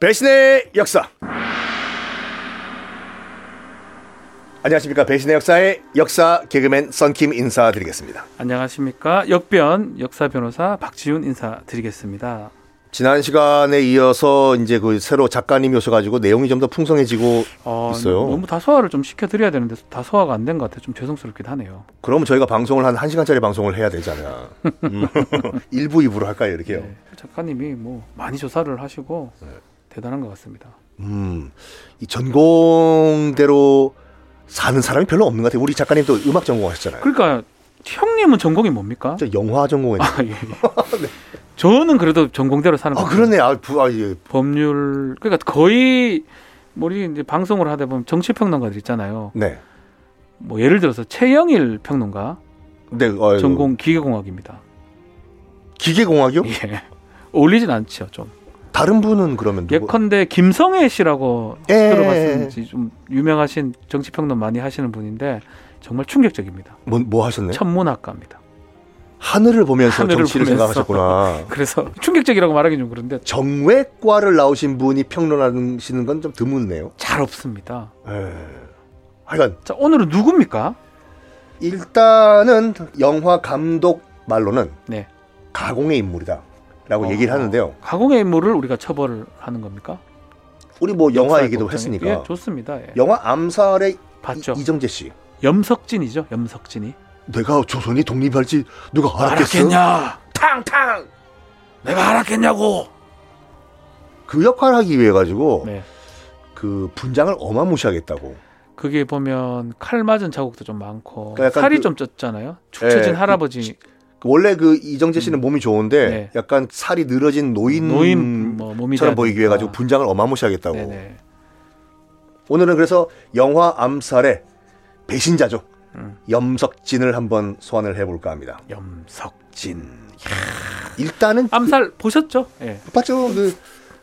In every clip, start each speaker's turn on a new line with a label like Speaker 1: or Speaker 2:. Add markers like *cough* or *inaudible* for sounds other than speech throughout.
Speaker 1: 배신의 역사. 안녕하십니까. 배신의 역사의 역사 개그맨 썬킴 인사드리겠습니다.
Speaker 2: 안녕하십니까. 역변 역사 변호사 박지훈 인사드리겠습니다.
Speaker 1: 지난 시간에 이어서 이제 그 새로 작가님이 오셔가지고 내용이 좀 더 풍성해지고
Speaker 2: 어,
Speaker 1: 있어요.
Speaker 2: 너무 다 소화를 좀 시켜드려야 되는데 다 소화가 안 된 것 같아요. 좀 죄송스럽기도 하네요.
Speaker 1: 그러면 저희가 방송을 한 1시간짜리 방송을 해야 되잖아.
Speaker 2: *laughs*
Speaker 1: 음. *laughs* 일부 2부로 할까요? 이렇게요. 네.
Speaker 2: 네, 작가님이 뭐 많이 조사를 하시고 대단한 것 같습니다.
Speaker 1: 음, 이 전공대로 사는 사람이 별로 없는 것 같아요. 우리 작가님 도 음악 전공하셨잖아요.
Speaker 2: 그러니까 형님은 전공이 뭡니까?
Speaker 1: 저 영화 전공했죠.
Speaker 2: *laughs* 아, 예, 예. 저는 그래도 전공대로 사는
Speaker 1: 아,
Speaker 2: 것 같아요.
Speaker 1: 그러네. 아, 부, 아, 예.
Speaker 2: 법률 그러니까 거의 뭐 우리 이제 방송을 하다 보면 정치 평론가들 있잖아요.
Speaker 1: 네.
Speaker 2: 뭐 예를 들어서 최영일 평론가
Speaker 1: 네, 어,
Speaker 2: 전공 기계공학입니다.
Speaker 1: 기계공학이요?
Speaker 2: 예. 어울리진 않죠, 좀.
Speaker 1: 다른 분은 그러면 누구?
Speaker 2: 예컨대 김성애 씨라고
Speaker 1: 예,
Speaker 2: 들어봤는지 좀 유명하신 정치평론 많이 하시는 분인데 정말 충격적이입니다.
Speaker 1: 뭐, 뭐 하셨네? 요
Speaker 2: 천문학가입니다.
Speaker 1: 하늘을 보면서
Speaker 2: 하늘을
Speaker 1: 정치를
Speaker 2: 보면서.
Speaker 1: 생각하셨구나.
Speaker 2: 그래서 *laughs* 충격적이라고 말하기 좀 그런데
Speaker 1: 정외과를 나오신 분이 평론하시는 건 좀 드문네요.
Speaker 2: 잘 없습니다.
Speaker 1: 에. 하여간
Speaker 2: 자 오늘은 누굽니까?
Speaker 1: 일단은 영화 감독 말로는
Speaker 2: 네.
Speaker 1: 가공의 인물이다라고
Speaker 2: 어,
Speaker 1: 얘기를 하는데요.
Speaker 2: 가공의 인물을 우리가 처벌을 하는 겁니까?
Speaker 1: 우리 뭐 영화
Speaker 2: 역사의
Speaker 1: 얘기도
Speaker 2: 법정에?
Speaker 1: 했으니까
Speaker 2: 예, 좋습니다. 예.
Speaker 1: 영화 암살의 이-
Speaker 2: 봤죠.
Speaker 1: 이정재 씨.
Speaker 2: 염석진이죠. 염석진이.
Speaker 1: 내가 조선이 독립할지 누가 알았겠어?
Speaker 2: 알았겠냐?
Speaker 1: 탕탕.
Speaker 2: 내가 알았겠냐고.
Speaker 1: 그 역할을 하기 위해 가지고
Speaker 2: 네.
Speaker 1: 그 분장을 어마무시하겠다고.
Speaker 2: 그게 보면 칼 맞은 자국도 좀 많고
Speaker 1: 그러니까 약간
Speaker 2: 살이
Speaker 1: 그-
Speaker 2: 좀 쪘잖아요. 축 처진
Speaker 1: 예,
Speaker 2: 할아버지
Speaker 1: 원래 그 이정재 씨는 몸이 좋은데
Speaker 2: 네.
Speaker 1: 약간 살이 늘어진 노인,
Speaker 2: 노인 뭐 몸이
Speaker 1: 처럼 보이기 위해 가지고 분장을 어마무시하겠다고.
Speaker 2: 네네.
Speaker 1: 오늘은 그래서 영화 암살의 배신자죠.
Speaker 2: 음.
Speaker 1: 염석진을 한번 소환을 해볼까 합니다.
Speaker 2: 염석진.
Speaker 1: 일단은
Speaker 2: 암살 보셨죠? 예.
Speaker 1: 봤죠. 그,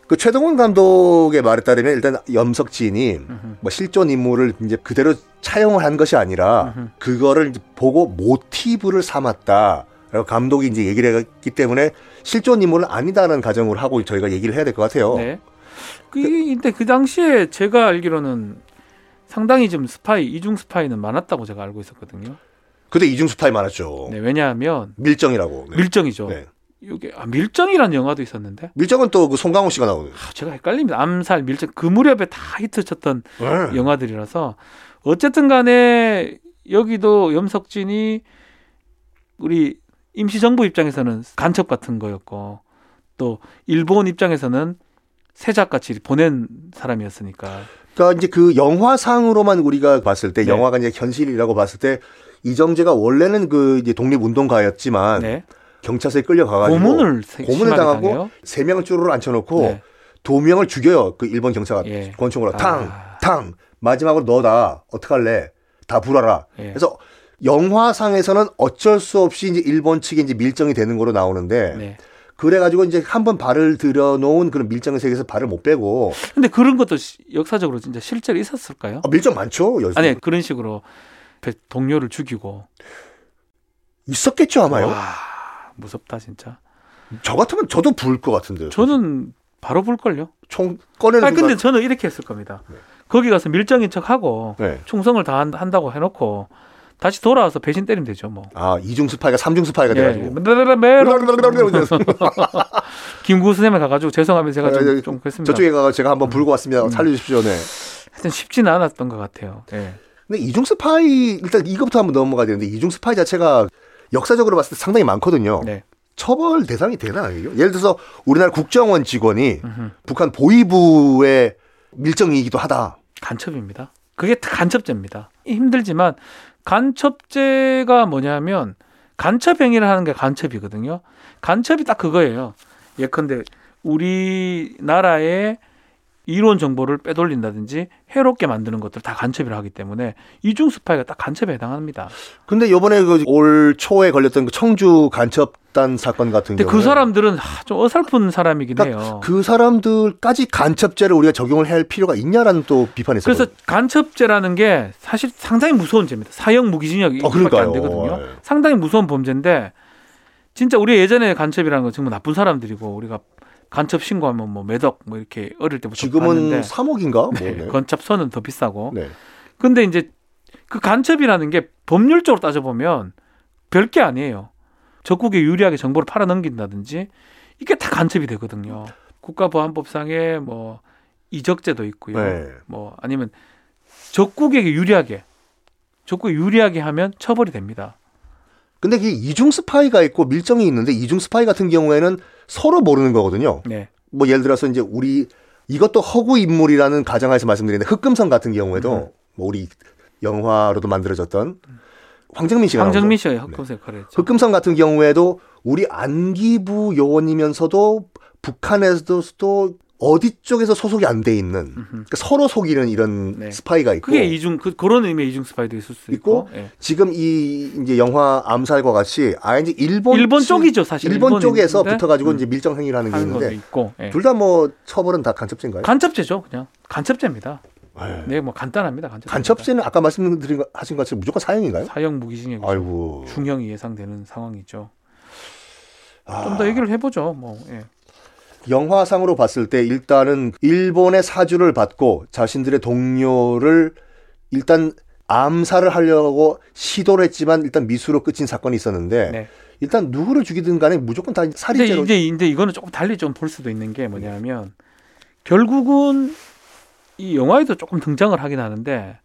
Speaker 1: 그 최동원 감독의 말에 따르면 일단 염석진이 뭐 실존 인물을 이제 그대로 차용을 한 것이 아니라
Speaker 2: 음흠.
Speaker 1: 그거를 이제 보고 모티브를 삼았다라고 감독이 이제 얘기를 했기 때문에 실존 인물은 아니다라는 가정으로 하고 저희가 얘기를 해야 될 것 같아요.
Speaker 2: 네. 그, 근데 그 당시에 제가 알기로는 상당히 좀 스파이 이중 스파이는 많았다고 제가 알고 있었거든요.
Speaker 1: 그때 이중 스파이 많았죠.
Speaker 2: 네, 왜냐하면
Speaker 1: 밀정이라고. 어. 네.
Speaker 2: 밀정이죠.
Speaker 1: 네.
Speaker 2: 이게 아, 밀정이라는 영화도 있었는데
Speaker 1: 밀정은 또 그 송강호 씨가 나오는.
Speaker 2: 아, 제가 헷갈립니다. 암살, 밀정 그 무렵에 다 히트쳤던
Speaker 1: 네.
Speaker 2: 영화들이라서 어쨌든 간에 여기도 염석진이 우리 임시정부 입장에서는 간첩 같은 거였고 또 일본 입장에서는 세작같이 보낸 사람이었으니까
Speaker 1: 그러니까 이제 그 영화상으로만 우리가 봤을 때
Speaker 2: 네.
Speaker 1: 영화가 이제 현실이라고 봤을 때 이정재가 원래는 그 이제 독립운동가였지만
Speaker 2: 네.
Speaker 1: 경찰서에 아, 끌려가가지고
Speaker 2: 고문을 세-
Speaker 1: 고문을
Speaker 2: 심하게
Speaker 1: 당하고
Speaker 2: 당해요.
Speaker 1: 세 명을 쭈르르 앉혀놓고
Speaker 2: 네.
Speaker 1: 두 명을 죽여요. 그 일본 경찰 가
Speaker 2: 예.
Speaker 1: 권총으로
Speaker 2: 아.
Speaker 1: 탕, 탕. 마지막으로 너다 어떡할래? 다 불어라.
Speaker 2: 예.
Speaker 1: 그래서 영화상에서는 어쩔 수 없이 이제 일본 측이 이제 밀정이 되는 거로 나오는데
Speaker 2: 네.
Speaker 1: 그래가지고 이제 한 번 발을 들여놓은 그런 밀정의 세계에서 발을 못 빼고
Speaker 2: 근데 그런 것도 시- 역사적으로 진짜 실제로 있었을까요?
Speaker 1: 아, 밀정 많죠. 여기서
Speaker 2: 아니 그런 식으로 배- 동료를 죽이고
Speaker 1: 있었겠죠 아마요.
Speaker 2: 와 무섭다 진짜.
Speaker 1: 저 같으면 저도 부을 것 같은데요.
Speaker 2: 저는 바로 볼 걸요.
Speaker 1: 총 꺼내는
Speaker 2: 아 근데
Speaker 1: 순간.
Speaker 2: 저는 이렇게 했을 겁니다. 거기 가서 밀정인 척 하고
Speaker 1: 네.
Speaker 2: 충성을 다 한- 한다고 해놓고 다시 돌아와서 배신 때리면 되죠 뭐.
Speaker 1: 아 이중 스파이가 삼중 스파이가
Speaker 2: 예.
Speaker 1: *laughs* 돼가지고.
Speaker 2: 매로 김구 선생님 가가지고 죄송하면 제가
Speaker 1: 아,
Speaker 2: 좀,
Speaker 1: 예,
Speaker 2: 좀 그랬습니다. 음.
Speaker 1: 저쪽에 가서 제가 한번 불고 왔습니다. 살려주십시오. 네.
Speaker 2: 하여튼 쉽지는 않았던 것 같아요. 예.
Speaker 1: 근데 이중 스파이 일단 이것부터 한번 넘어가야 되는데 이중 스파이 자체가 역사적으로 봤을 때 상당히 많거든요.
Speaker 2: 네.
Speaker 1: 처벌 대상이 되나요? 예를 들어서 우리나라 국정원 직원이 북한 보위부의 밀정이기도 하다.
Speaker 2: 간첩입니다. 그게 다 간첩죄입니다. 힘들지만 간첩죄가 뭐냐면 간첩 행위를 하는 게 간첩이거든요. 간첩이 딱 그거예요. 예컨대 우리나라의 이론 정보를 빼돌린다든지 해롭게 만드는 것들 다 간첩이라 하기 때문에 이중 스파이가 딱 간첩에 해당합니다.
Speaker 1: 근데 요번에 그 올 초에 걸렸던 그 청주 간첩단 사건 같은
Speaker 2: 근데
Speaker 1: 경우
Speaker 2: 그 사람들은 하, 좀 어설픈 사람이긴 해요.
Speaker 1: 그 사람들까지 간첩죄를 우리가 적용을 해야 할 필요가 있냐라는 또 비판이 있어요.
Speaker 2: 그래서 간첩죄라는 게 사실 상당히 무서운 죄입니다. 사형 무기징역이
Speaker 1: 어,
Speaker 2: 밖에
Speaker 1: 그러니까요.
Speaker 2: 안 되거든요.
Speaker 1: 예.
Speaker 2: 상당히 무서운 범죄인데 진짜 우리 예전에 간첩이라는 건 정말 나쁜 사람들이고 우리가 간첩 신고하면 뭐 매덕 뭐 이렇게 어릴 때부터
Speaker 1: 지금은
Speaker 2: 봤는데
Speaker 1: 3억인가? 뭐, 네.
Speaker 2: 간첩선은 더 비싸고
Speaker 1: 네.
Speaker 2: 근데 이제 그 간첩이라는 게 법률적으로 따져보면 별게 아니에요. 적국에 유리하게 정보를 팔아넘긴다든지 이게 다 간첩이 되거든요. 국가보안법상에 뭐 이적죄도 있고요.
Speaker 1: 네.
Speaker 2: 뭐 아니면 적국에게 유리하게 적국에 유리하게 하면 처벌이 됩니다.
Speaker 1: 근데 그게 이중 스파이가 있고 밀정이 있는데 이중 스파이 같은 경우에는 서로 모르는 거거든요.
Speaker 2: 네.
Speaker 1: 뭐 예를 들어서 이제 우리 이것도 허구 인물이라는 가정하에서 말씀드리는데 흑금성 같은 경우에도
Speaker 2: 음.
Speaker 1: 뭐 우리 영화로도 만들어졌던 황정민 씨가
Speaker 2: 황정민
Speaker 1: 나오죠.
Speaker 2: 씨가 흑검색 역할을 했죠.
Speaker 1: 흑금성 같은 경우에도 우리 안기부 요원이면서도 북한에서도 어디 쪽에서 소속이 안 돼 있는
Speaker 2: 음흠.
Speaker 1: 그러니까 서로 속이는 이런
Speaker 2: 네.
Speaker 1: 스파이가 있고
Speaker 2: 그게 이중 그, 그런 의미의 이중 스파이도 있을 수 있고, 예.
Speaker 1: 지금 이 이제 영화 암살과 같이 아 이제 일본
Speaker 2: 일본
Speaker 1: 측-
Speaker 2: 쪽이죠 사실
Speaker 1: 일본 쪽에서
Speaker 2: 일본인데,
Speaker 1: 붙어가지고
Speaker 2: 음,
Speaker 1: 이제 밀정 행위를 하는 게
Speaker 2: 하는 것도
Speaker 1: 있는데
Speaker 2: 있고 예.
Speaker 1: 둘 다 뭐 처벌은 다 간첩죄인가요?
Speaker 2: 간첩죄죠 그냥 간첩죄입니다.
Speaker 1: 에이.
Speaker 2: 네, 뭐 간단합니다. 간첩죄.
Speaker 1: 간첩죄는 아까 말씀드린 거- 하신 것처럼 무조건 사형인가요?
Speaker 2: 사형 무기징역
Speaker 1: 아이고.
Speaker 2: 중형이 예상되는 상황이죠.
Speaker 1: 아,
Speaker 2: 좀 더 얘기를 해보죠. 뭐 예.
Speaker 1: 영화상으로 봤을 때 일단은 일본의 사주를 받고 자신들의 동료를 일단 암살을 하려고 시도를 했지만 일단 미수로 끝인 사건이 있었는데
Speaker 2: 네.
Speaker 1: 일단 누구를 죽이든 간에 무조건 다
Speaker 2: 근데
Speaker 1: 살인죄로
Speaker 2: 이제 이제 이거는 조금 달리 좀 볼 수도 있는 게 뭐냐면 결국은 이 영화에도 조금 등장을 하긴 하는데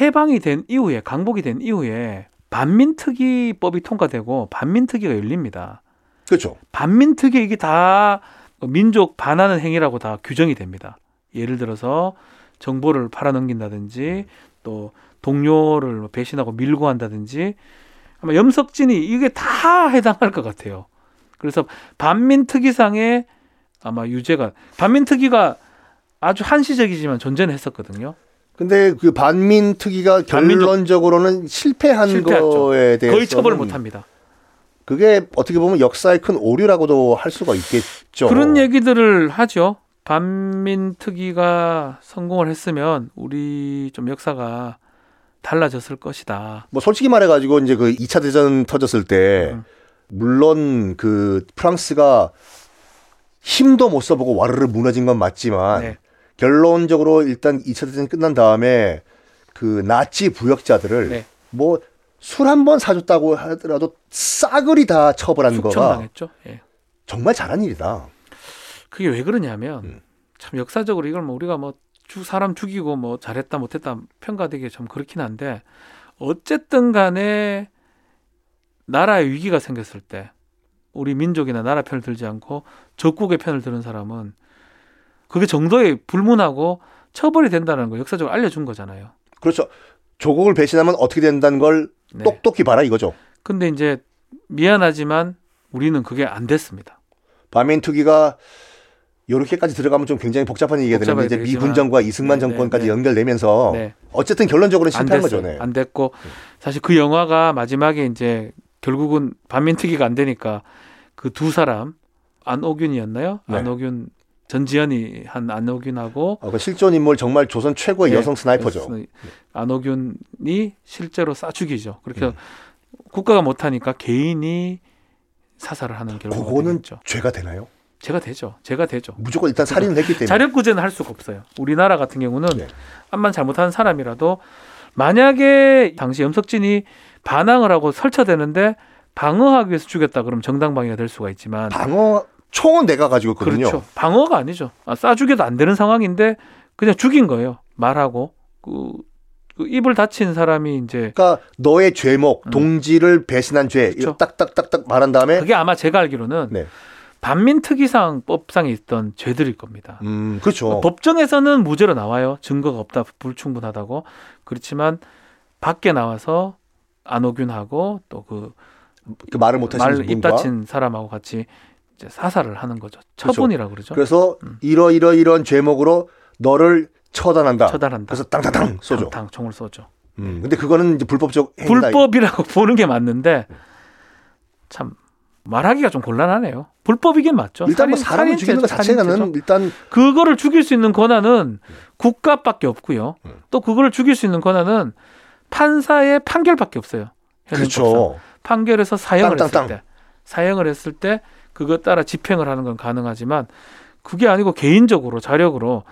Speaker 2: 해방이 된 이후에 강복이 된 이후에 반민특위법이 통과되고 반민특위가 열립니다.
Speaker 1: 그렇죠.
Speaker 2: 반민특위 이게 다 민족 반하는 행위라고 다 규정이 됩니다. 예를 들어서 정보를 팔아넘긴다든지 또 동료를 뭐 배신하고 밀고 한다든지 아마 염석진이 이게 다 해당할 것 같아요. 그래서 반민특위상에 아마 유죄가 반민특위가 아주 한시적이지만 존재는 했었거든요.
Speaker 1: 근데 그 반민 특위가
Speaker 2: 반민족-
Speaker 1: 결론적으로는 실패한
Speaker 2: 실패했죠.
Speaker 1: 거에 대해서
Speaker 2: 거의 처벌을 못 합니다.
Speaker 1: 그게 어떻게 보면 역사의 큰 오류라고도 할 수가 있겠죠.
Speaker 2: 그런 얘기들을 하죠. 반민특위가 성공을 했으면 우리 좀 역사가 달라졌을 것이다.
Speaker 1: 뭐 솔직히 말해가지고 이제 그 2차 대전 터졌을 때
Speaker 2: 음.
Speaker 1: 물론 그 프랑스가 힘도 못 써보고 와르르 무너진 건 맞지만
Speaker 2: 네.
Speaker 1: 결론적으로 일단 2차 대전이 끝난 다음에 그 나치 부역자들을
Speaker 2: 네.
Speaker 1: 뭐 술 한 번 사줬다고 하더라도 싸그리 다 처벌한 거가
Speaker 2: 숙청당했죠. 예.
Speaker 1: 정말 잘한 일이다.
Speaker 2: 그게 왜 그러냐면
Speaker 1: 음.
Speaker 2: 참 역사적으로 이걸 뭐 우리가 뭐 주- 사람 죽이고 뭐 잘했다 못했다 평가되기 좀 그렇긴 한데 어쨌든 간에 나라에 위기가 생겼을 때 우리 민족이나 나라 편을 들지 않고 적국의 편을 드는 사람은 그게 정도에 불문하고 처벌이 된다는 걸 역사적으로 알려준 거잖아요.
Speaker 1: 그렇죠. 조국을 배신하면 어떻게 된다는 걸
Speaker 2: 네.
Speaker 1: 똑똑히 봐라 이거죠.
Speaker 2: 근데 이제 미안하지만 우리는 그게 안 됐습니다.
Speaker 1: 반민 투기가 요렇게까지 들어가면 좀 굉장히 복잡한 얘기가 되는데
Speaker 2: 복잡하게
Speaker 1: 이제 미
Speaker 2: 되겠지만.
Speaker 1: 군정과 이승만
Speaker 2: 네,
Speaker 1: 정권까지
Speaker 2: 네, 네.
Speaker 1: 연결되면서
Speaker 2: 네.
Speaker 1: 어쨌든 결론적으로는
Speaker 2: 안
Speaker 1: 실패한
Speaker 2: 됐어요.
Speaker 1: 거죠. 네.
Speaker 2: 안 됐고 사실 그 영화가 마지막에 이제 결국은 반민특위가 안 되니까 그 두 사람 안오균이었나요?
Speaker 1: 네.
Speaker 2: 안오균 전지현이 한 안오균하고
Speaker 1: 어, 그 실존 인물 정말 조선 최고의
Speaker 2: 네,
Speaker 1: 여성 스나이퍼죠.
Speaker 2: 안오균이 실제로 쏴 죽이죠. 그렇게
Speaker 1: 음.
Speaker 2: 국가가 못하니까 개인이 사살을 하는 결과가
Speaker 1: 그거는
Speaker 2: 되겠죠.
Speaker 1: 죄가 되나요?
Speaker 2: 제가 되죠. 제가 되죠.
Speaker 1: 무조건 일단 살인을 했기 때문에.
Speaker 2: 자력 구제는 할 수가 없어요. 우리나라 같은 경우는
Speaker 1: 네.
Speaker 2: 암만 잘못한 사람이라도 만약에 당시 염석진이 반항을 하고 설쳐대는데 방어하기 위해서 죽였다 그러면 정당방위가 될 수가 있지만
Speaker 1: 방어 총은 내가 가지고 있거든요.
Speaker 2: 그렇죠. 방어가 아니죠. 아, 쏴 죽여도 안 되는 상황인데 그냥 죽인 거예요. 말하고 그, 그 입을 다친 사람이 이제
Speaker 1: 그러니까 너의 죄목,
Speaker 2: 음.
Speaker 1: 동지를 배신한 죄
Speaker 2: 그렇죠.
Speaker 1: 이거 딱딱딱딱 말한 다음에
Speaker 2: 그게 아마 제가 알기로는
Speaker 1: 네.
Speaker 2: 반민특위상 법상에 있던 죄들일 겁니다.
Speaker 1: 음, 그렇죠.
Speaker 2: 그러니까 법정에서는 무죄로 나와요. 증거가 없다, 불충분하다고. 그렇지만 밖에 나와서 안호균하고 또그
Speaker 1: 그 말을 못 하시는
Speaker 2: 말입
Speaker 1: 분과
Speaker 2: 다친 사람하고 같이 이제 사살을 하는 거죠.
Speaker 1: 그렇죠.
Speaker 2: 처분이라 그러죠.
Speaker 1: 그래서
Speaker 2: 음.
Speaker 1: 이러 이러 이런 죄목으로 너를 처단한다.
Speaker 2: 처단한다.
Speaker 1: 그래서 땅땅땅 쏘죠.
Speaker 2: 당탕 총을 쏘죠.
Speaker 1: 음, 근데 그거는 이제 불법적 행위다.
Speaker 2: 불법이라고 *laughs* 보는 게 맞는데 참 말하기가 좀 곤란하네요. 불법이긴 맞죠.
Speaker 1: 일단 뭐
Speaker 2: 살인-
Speaker 1: 사람을 죽이는 것
Speaker 2: 살인죄죠, 살인죄죠.
Speaker 1: 자체는 일단
Speaker 2: 그거를 죽일 수 있는 권한은 국가밖에 없고요.
Speaker 1: 음.
Speaker 2: 또 그거를 죽일 수 있는 권한은 판사의 판결밖에 없어요. 현행 법상.
Speaker 1: 그렇죠.
Speaker 2: 판결에서 사형을
Speaker 1: 땅, 땅,
Speaker 2: 했을 때 사형을 했을 때 그것 따라 집행을 하는 건 가능하지만 그게 아니고 개인적으로 자력으로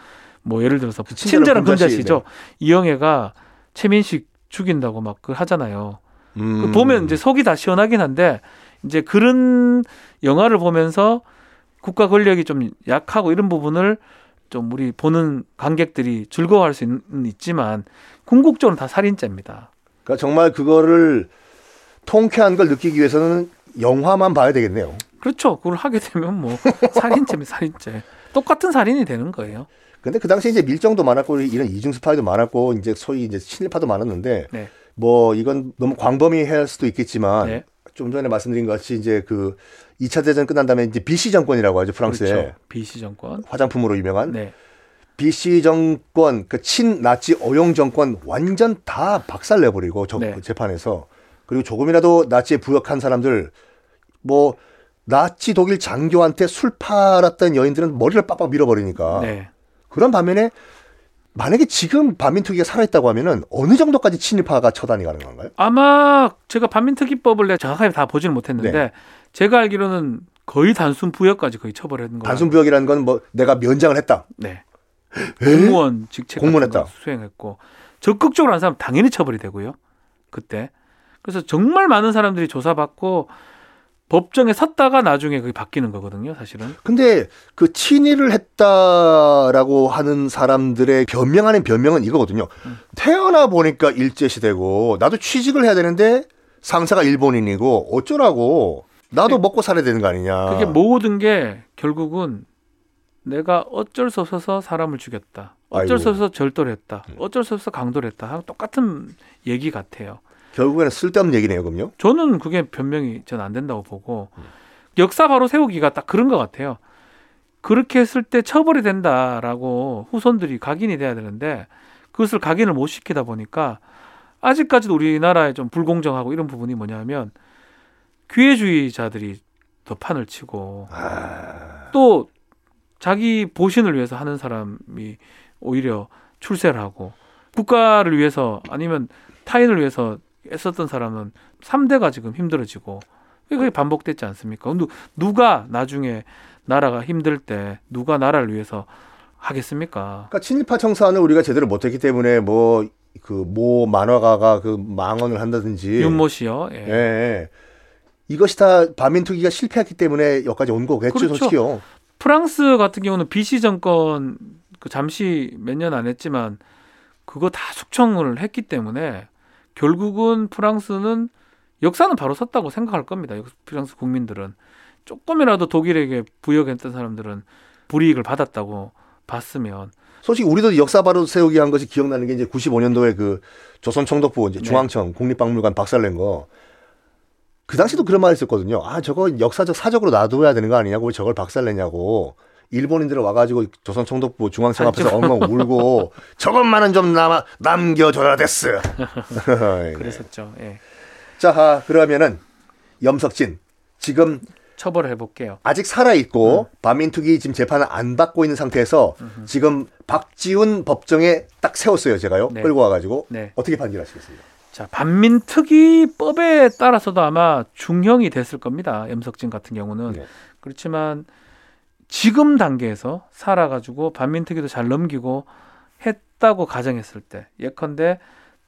Speaker 2: 뭐 예를 들어서 친절한
Speaker 1: 그 친절한 네. 금자씨,
Speaker 2: 금자씨죠 이영애가 최민식 죽인다고 막 그 하잖아요.
Speaker 1: 음.
Speaker 2: 그 보면 이제 속이 다 시원하긴 한데 이제 그런 영화를 보면서 국가 권력이 좀 약하고 이런 부분을 좀 우리 보는 관객들이 즐거워할 수는 있지만 궁극적으로 다 살인죄입니다.
Speaker 1: 그러니까 정말 그거를 통쾌한 걸 느끼기 위해서는 영화만 봐야 되겠네요.
Speaker 2: 그렇죠. 그걸 하게 되면
Speaker 1: *laughs*
Speaker 2: 뭐 살인죄면 살인죄. 똑같은 살인이 되는 거예요.
Speaker 1: 근데 그 당시에 이제 밀정도 많았고 이런 이중 스파이도 많았고 이제 소위 이제 친일파도 많았는데
Speaker 2: 네.
Speaker 1: 뭐 이건 너무 광범위할 수도 있겠지만
Speaker 2: 네.
Speaker 1: 좀 전에 말씀드린 것 같이 이제 그 2차 대전 끝난 다음에 이제 BC 정권이라고 하죠 프랑스의
Speaker 2: 그렇죠. BC 정권.
Speaker 1: 화장품으로 유명한
Speaker 2: 네.
Speaker 1: BC 정권 그 친나치 어용 정권 완전 다 박살 내버리고 저-
Speaker 2: 네.
Speaker 1: 재판에서 그리고 조금이라도 나치에 부역한 사람들 뭐 나치 독일 장교한테 술 팔았던 여인들은 머리를 빡빡 밀어버리니까
Speaker 2: 네.
Speaker 1: 그런 반면에 만약에 지금 반민특위가 살아있다고 하면은 어느 정도까지 친일파가 처단이 가능한가요?
Speaker 2: 아마 제가 반민특위법을 내가 정확하게 다 보지는 못했는데
Speaker 1: 네.
Speaker 2: 제가 알기로는 거의 단순 부여까지 거의 처벌했는 거예요.
Speaker 1: 단순 부역이라는 건 뭐 내가 면장을 했다.
Speaker 2: 네.
Speaker 1: 에?
Speaker 2: 공무원 직책 같은
Speaker 1: 공무원했다.
Speaker 2: 거 수행했고 적극적으로 한 사람 당연히 처벌이 되고요. 그때 그래서 정말 많은 사람들이 조사받고 법정에 섰다가 나중에 그게 바뀌는 거거든요. 사실은
Speaker 1: 근데 그 친일을 했다라고 하는 사람들의 변명 하는 변명은 이거거든요. 태어나 보니까 일제시대고 나도 취직을 해야 되는데 상사가 일본인이고 어쩌라고 나도 먹고 살아야 되는 거 아니냐.
Speaker 2: 네. 그게 뭐- 모든 게 결국은 내가 어쩔 수 없어서 사람을 죽였다. 어쩔 수
Speaker 1: 아이고. 음.
Speaker 2: 없어서 절도를 했다. 어쩔 수 없어서 강도를 했다. 하고 똑같은 얘기 같아요.
Speaker 1: 결국에는 쓸데없는 얘기네요, 그럼요.
Speaker 2: 저는 그게 변명이 전 안 된다고 보고 역사 바로 세우기가 딱 그런 것 같아요. 그렇게 했을 때 처벌이 된다라고 후손들이 각인이 돼야 되는데 그것을 각인을 못 시키다 보니까 아직까지도 우리나라에 좀 불공정하고 이런 부분이 뭐냐면 기회주의자들이 더 판을 치고 또 자기 보신을 위해서 하는 사람이 오히려 출세를 하고 국가를 위해서 아니면 타인을 위해서 애썼던 사람은 3대가 지금 힘들어지고 그게 반복됐지 않습니까? 근데 누가 나중에 나라가 힘들 때 누가 나라를 위해서 하겠습니까?
Speaker 1: 그러니까 친일파 청산을 우리가 제대로 못했기 때문에 뭐 그 모 만화가가 그 망언을 한다든지.
Speaker 2: 윤모 씨요.
Speaker 1: 예.
Speaker 2: 예.
Speaker 1: 예. 이것이 다 반민특위가 실패했기 때문에 여기까지 온 거겠죠,
Speaker 2: 그렇죠.
Speaker 1: 솔직히요.
Speaker 2: 프랑스 같은 경우는 BC 정권 그 잠시 몇 년 안 했지만 그거 다 숙청을 했기 때문에 결국은 프랑스는 역사는 바로 섰다고 생각할 겁니다. 역- 프랑스 국민들은 조금이라도 독일에게 부역했던 사람들은 불이익을 받았다고 봤으면
Speaker 1: 솔직히 우리도 역사 바로 세우기 한 것이 기억나는 게 이제 95년도에 그 조선 청독부 이제
Speaker 2: 네.
Speaker 1: 중앙청 국립박물관 박살낸 거. 그 당시도 그런 말 했었거든요. 아, 저거 역사적 사적으로 놔둬야 되는 거 아니냐고 왜 저걸 박살내냐고. 일본인들 와가지고 조선 청독부 중앙청 앞에서 엉엉 울고 저것만은 좀 남아 남겨줘야 됐어. *laughs*
Speaker 2: 그랬었죠. 예.
Speaker 1: 자, 아, 그러면은 염석진 지금
Speaker 2: 처벌을 해볼게요.
Speaker 1: 아직 살아 있고 반민특위 지금 재판을 안 받고 있는 상태에서 지금 박지훈 법정에 딱 세웠어요 제가요
Speaker 2: 네.
Speaker 1: 끌고 와가지고
Speaker 2: 네.
Speaker 1: 어떻게 판결하시겠습니까?
Speaker 2: 자, 반민특위법에 따라서도 아마 중형이 됐을 겁니다. 염석진 같은 경우는.
Speaker 1: 네.
Speaker 2: 그렇지만 지금 단계에서 살아가지고 반민특위도 잘 넘기고 했다고 가정했을 때 예컨대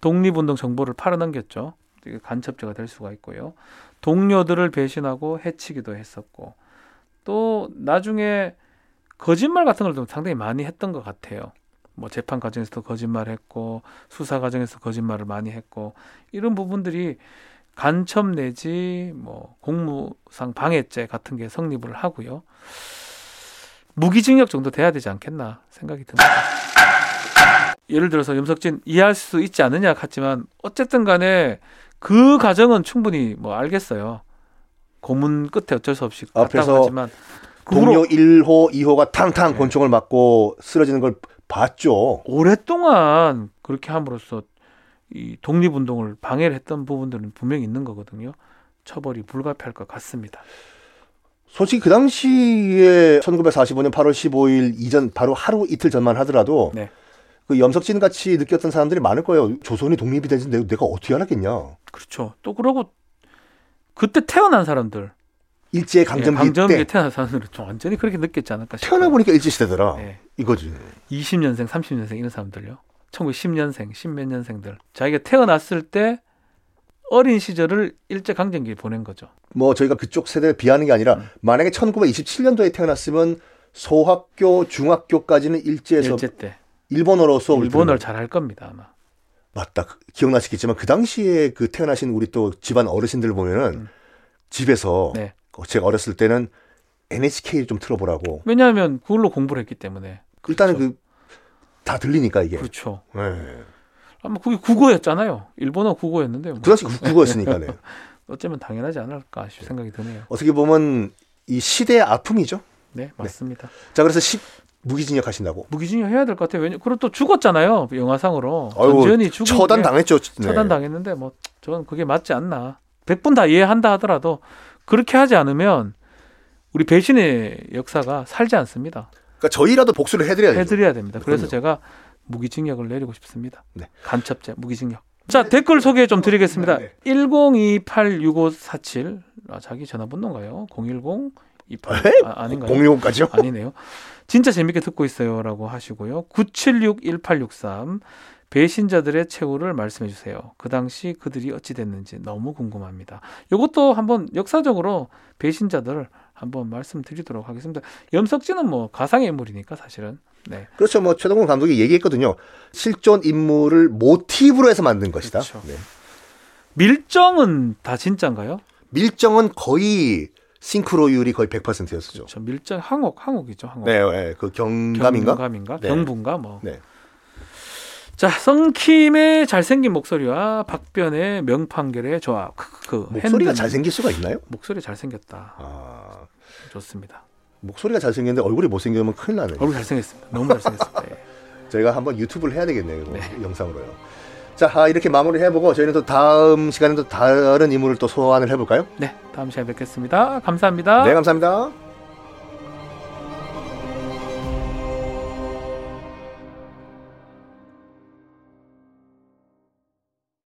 Speaker 2: 독립운동 정보를 팔아넘겼죠. 이게 간첩죄가 될 수가 있고요. 동료들을 배신하고 해치기도 했었고 또 나중에 거짓말 같은 걸 좀 상당히 많이 했던 것 같아요. 뭐 재판 과정에서도 거짓말했고 수사 과정에서 거짓말을 많이 했고 이런 부분들이 간첩 내지 뭐 공무상 방해죄 같은 게 성립을 하고요. 무기징역 정도 돼야 되지 않겠나 생각이 듭니다. 예를 들어서 염석진 이해할 수 있지 않느냐 같지만 어쨌든 간에 그 과정은 충분히 뭐 알겠어요. 고문 끝에 어쩔 수 없이
Speaker 1: 앞에서
Speaker 2: 갔다고 하지만 그 후로
Speaker 1: 동료 1호, 2호가 탕탕
Speaker 2: 네.
Speaker 1: 곤충을 맞고 쓰러지는 걸 봤죠.
Speaker 2: 오랫동안 그렇게 함으로써 이 독립운동을 방해를 했던 부분들은 분명히 있는 거거든요. 처벌이 불가피할 것 같습니다.
Speaker 1: 솔직히 그 당시에 1945년 8월 15일 이전 바로 하루 이틀 전만 하더라도
Speaker 2: 네.
Speaker 1: 그 염석진 같이 느꼈던 사람들이 많을 거예요. 조선이 독립이 되지 내가 어떻게 알았겠냐.
Speaker 2: 그렇죠. 또 그러고 그때 태어난 사람들
Speaker 1: 일제
Speaker 2: 예,
Speaker 1: 강점기,
Speaker 2: 강점기에
Speaker 1: 때
Speaker 2: 태어나서는 좀 완전히 그렇게 느꼈지 않을까 싶어요.
Speaker 1: 태어나 보니까 일제 시대더라.
Speaker 2: 예,
Speaker 1: 이거지.
Speaker 2: 20년생, 30년생 이런 사람들요. 1910년생, 10몇 년생들. 자기가 태어났을 때 어린 시절을 일제 강점기에 보낸 거죠.
Speaker 1: 뭐 저희가 그쪽 세대를 비하는 게 아니라 만약에 1927년도에 태어났으면 소학교, 중학교까지는 일제에서
Speaker 2: 일제 때
Speaker 1: 일본어로 수업을
Speaker 2: 일본어를
Speaker 1: 들은-
Speaker 2: 잘할 겁니다 아마.
Speaker 1: 맞다. 그- 기억나시겠지만 그 당시에 그 태어나신 우리 또 집안 어르신들 보면은
Speaker 2: 음.
Speaker 1: 집에서
Speaker 2: 네.
Speaker 1: 제가 어렸을 때는 NHK 좀 틀어보라고.
Speaker 2: 왜냐하면 그걸로 공부를 했기 때문에.
Speaker 1: 일단은 그 다 들리니까 이게.
Speaker 2: 그렇죠.
Speaker 1: 예.
Speaker 2: 아마 그게 국어였잖아요. 일본어 국어였는데 뭐
Speaker 1: 그 당시 국- 국어였으니까네.
Speaker 2: 어쩌면 당연하지 않을까 싶은 생각이 드네요.
Speaker 1: 어떻게 보면 이 시대의 아픔이죠.
Speaker 2: 네 맞습니다.
Speaker 1: 자 그래서 시- 무기징역 하신다고.
Speaker 2: 무기징역 해야 될 것 같아요. 왜냐 그리고 또 죽었잖아요. 영화상으로
Speaker 1: 아유,
Speaker 2: 전지현이 죽은
Speaker 1: 처단
Speaker 2: 게
Speaker 1: 당했죠. 네.
Speaker 2: 처단 당했는데 뭐 저는 그게 맞지 않나. 100분 다 이해한다 하더라도 그렇게 하지 않으면 우리 배신의 역사가 살지 않습니다.
Speaker 1: 그러니까 저희라도 복수를 해드려야죠.
Speaker 2: 해드려야 됩니다. 그래서
Speaker 1: 그럼요.
Speaker 2: 제가 무기징역을 내리고 싶습니다.
Speaker 1: 네.
Speaker 2: 간첩죄 무기징역. 자 댓글 소개 좀 드리겠습니다.
Speaker 1: 네,
Speaker 2: 10286547 아, 자기 전화번호인가요? 010 28 아, 아닌가요?
Speaker 1: 공유까지요.
Speaker 2: 아니네요. 진짜 재밌게 듣고 있어요라고 하시고요. 9761863 배신자들의 최후를 말씀해 주세요. 그 당시 그들이 어찌 됐는지 너무 궁금합니다. 이것도 한번 역사적으로 배신자들 한번 말씀드리도록 하겠습니다. 염석진은 뭐 가상의 인물이니까 사실은 네.
Speaker 1: 그렇죠. 뭐 최동훈 감독이 얘기했거든요. 실존 인물을 모티브로 해서 만든 것이다.
Speaker 2: 그렇죠.
Speaker 1: 네.
Speaker 2: 밀정은 다 진짜인가요?
Speaker 1: 밀정은 거의 싱크로율이 거의 100%였었죠.
Speaker 2: 저 밀정 항옥 항옥이죠 항옥.
Speaker 1: 그렇죠. 네, 네, 그 경감인가?
Speaker 2: 경감인가?
Speaker 1: 네.
Speaker 2: 경분가 뭐.
Speaker 1: 네.
Speaker 2: 자, 썬킴의 잘생긴 목소리와 박변의 명판결의 조합. 크크크.
Speaker 1: 목소리가
Speaker 2: 핸드는
Speaker 1: 잘생길 수가 있나요?
Speaker 2: 목소리 잘생겼다.
Speaker 1: 아,
Speaker 2: 좋습니다.
Speaker 1: 목소리가 잘생겼는데 얼굴이 못생기면 큰일 나네.
Speaker 2: 얼굴 잘생겼습니다. 너무 잘생겼습니다. 예.
Speaker 1: 저희가 한번 유튜브를 해야 되겠네요. 이거 영상으로요. 자, 아, 이렇게 마무리 해보고 저희는 또 다음 시간에 또 다른 인물을 또 소환을 해볼까요?
Speaker 2: 네, 다음 시간에 뵙겠습니다. 감사합니다.
Speaker 1: 네, 감사합니다.